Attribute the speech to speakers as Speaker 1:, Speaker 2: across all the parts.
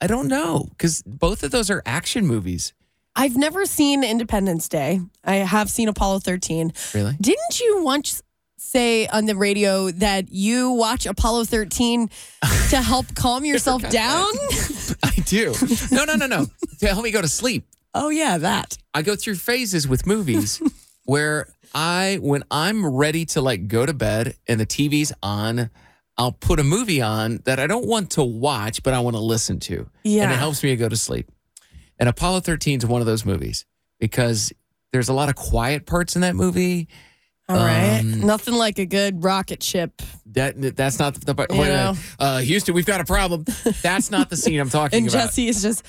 Speaker 1: i don't know because both of those are action movies
Speaker 2: i've never seen independence day i have seen apollo 13
Speaker 1: really
Speaker 2: didn't you once say on the radio that you watch apollo 13 to help calm yourself down
Speaker 1: i do no no no no to help me go to sleep
Speaker 2: oh yeah that
Speaker 1: i go through phases with movies where i when i'm ready to like go to bed and the tv's on I'll put a movie on that I don't want to watch, but I want to listen to.
Speaker 2: Yeah.
Speaker 1: And it helps me to go to sleep. And Apollo 13 is one of those movies because there's a lot of quiet parts in that movie.
Speaker 2: All um, right. Nothing like a good rocket ship.
Speaker 1: That that's not the part. Wait, wait, uh, Houston, we've got a problem. That's not the scene I'm talking
Speaker 2: and
Speaker 1: about.
Speaker 2: And Jesse is just.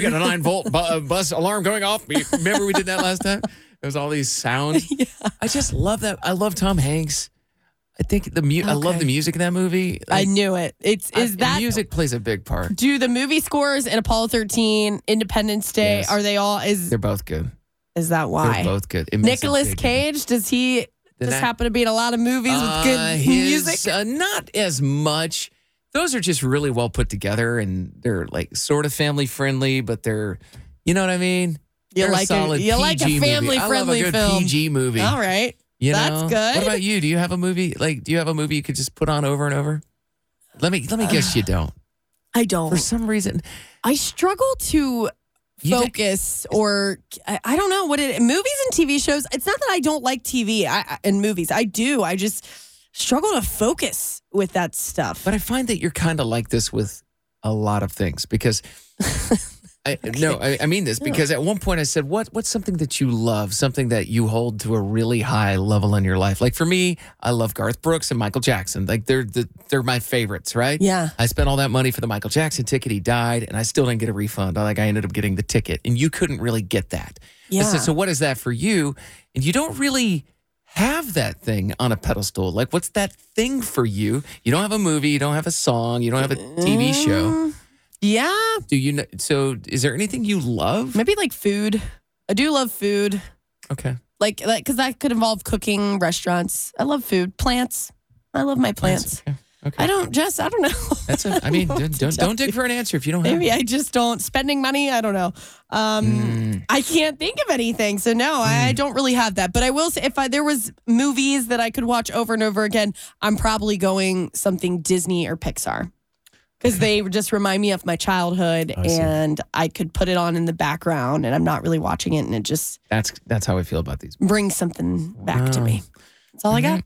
Speaker 1: got a nine volt bu- uh, bus alarm going off. Remember we did that last time. There's all these sounds.
Speaker 2: yeah.
Speaker 1: I just love that. I love Tom Hanks. I think the mu- okay. I love the music in that movie.
Speaker 2: Like, I knew it. It's is I, that
Speaker 1: music plays a big part.
Speaker 2: Do the movie scores in Apollo 13, Independence Day, yes. are they all is
Speaker 1: They're both good.
Speaker 2: Is that why?
Speaker 1: They're both good.
Speaker 2: Nicholas Cage, does he Did just I, happen to be in a lot of movies uh, with good his, music?
Speaker 1: Uh, not as much. Those are just really well put together and they're like sort of family friendly, but they're you know what I mean?
Speaker 2: You
Speaker 1: they're
Speaker 2: like a, you PG like a family friendly film.
Speaker 1: PG movie.
Speaker 2: All right. You That's know? good.
Speaker 1: What about you? Do you have a movie? Like, do you have a movie you could just put on over and over? Let me let me guess you don't.
Speaker 2: I don't.
Speaker 1: For some reason,
Speaker 2: I struggle to focus you know, or I, I, don't know what it movies and TV shows. It's not that I don't like TV I, and movies. I do. I just struggle to focus with that stuff.
Speaker 1: But I find that you're kind of like this with a lot of things because I, okay. no, I, I, mean this because at one point I said, "What what's something that you love? Something that you hold to a really high level in your life?" Like for me, I love Garth Brooks and Michael Jackson. Like they're the, they're my favorites, right?
Speaker 2: Yeah.
Speaker 1: I spent all that money for the Michael Jackson ticket. He died, and I still didn't get a refund. Like I ended up getting the ticket, and you couldn't really get that.
Speaker 2: Yeah.
Speaker 1: Said, so what is that for you? And you don't really have that thing on a pedestal. Like what's that thing for you? You don't have a movie. You don't have a song. You don't have a TV show.
Speaker 2: Mm. Yeah.
Speaker 1: Do you know? So, is there anything you love?
Speaker 2: Mm. Maybe like food. I do love food.
Speaker 1: Okay.
Speaker 2: Like, like, because that could involve cooking, restaurants. I love food, plants. I love my plants. plants. Okay. okay. I don't, Jess. I don't know.
Speaker 1: That's. A, I mean, don't don't, don't dig for an answer if you don't.
Speaker 2: Maybe
Speaker 1: have
Speaker 2: I just don't spending money. I don't know. Um, mm. I can't think of anything. So no, mm. I don't really have that. But I will say, if I, there was movies that I could watch over and over again, I'm probably going something Disney or Pixar because they just remind me of my childhood oh, I and I could put it on in the background and I'm not really watching it and it just
Speaker 1: That's that's how I feel about these
Speaker 2: brings something back wow. to me. That's all mm-hmm. I got.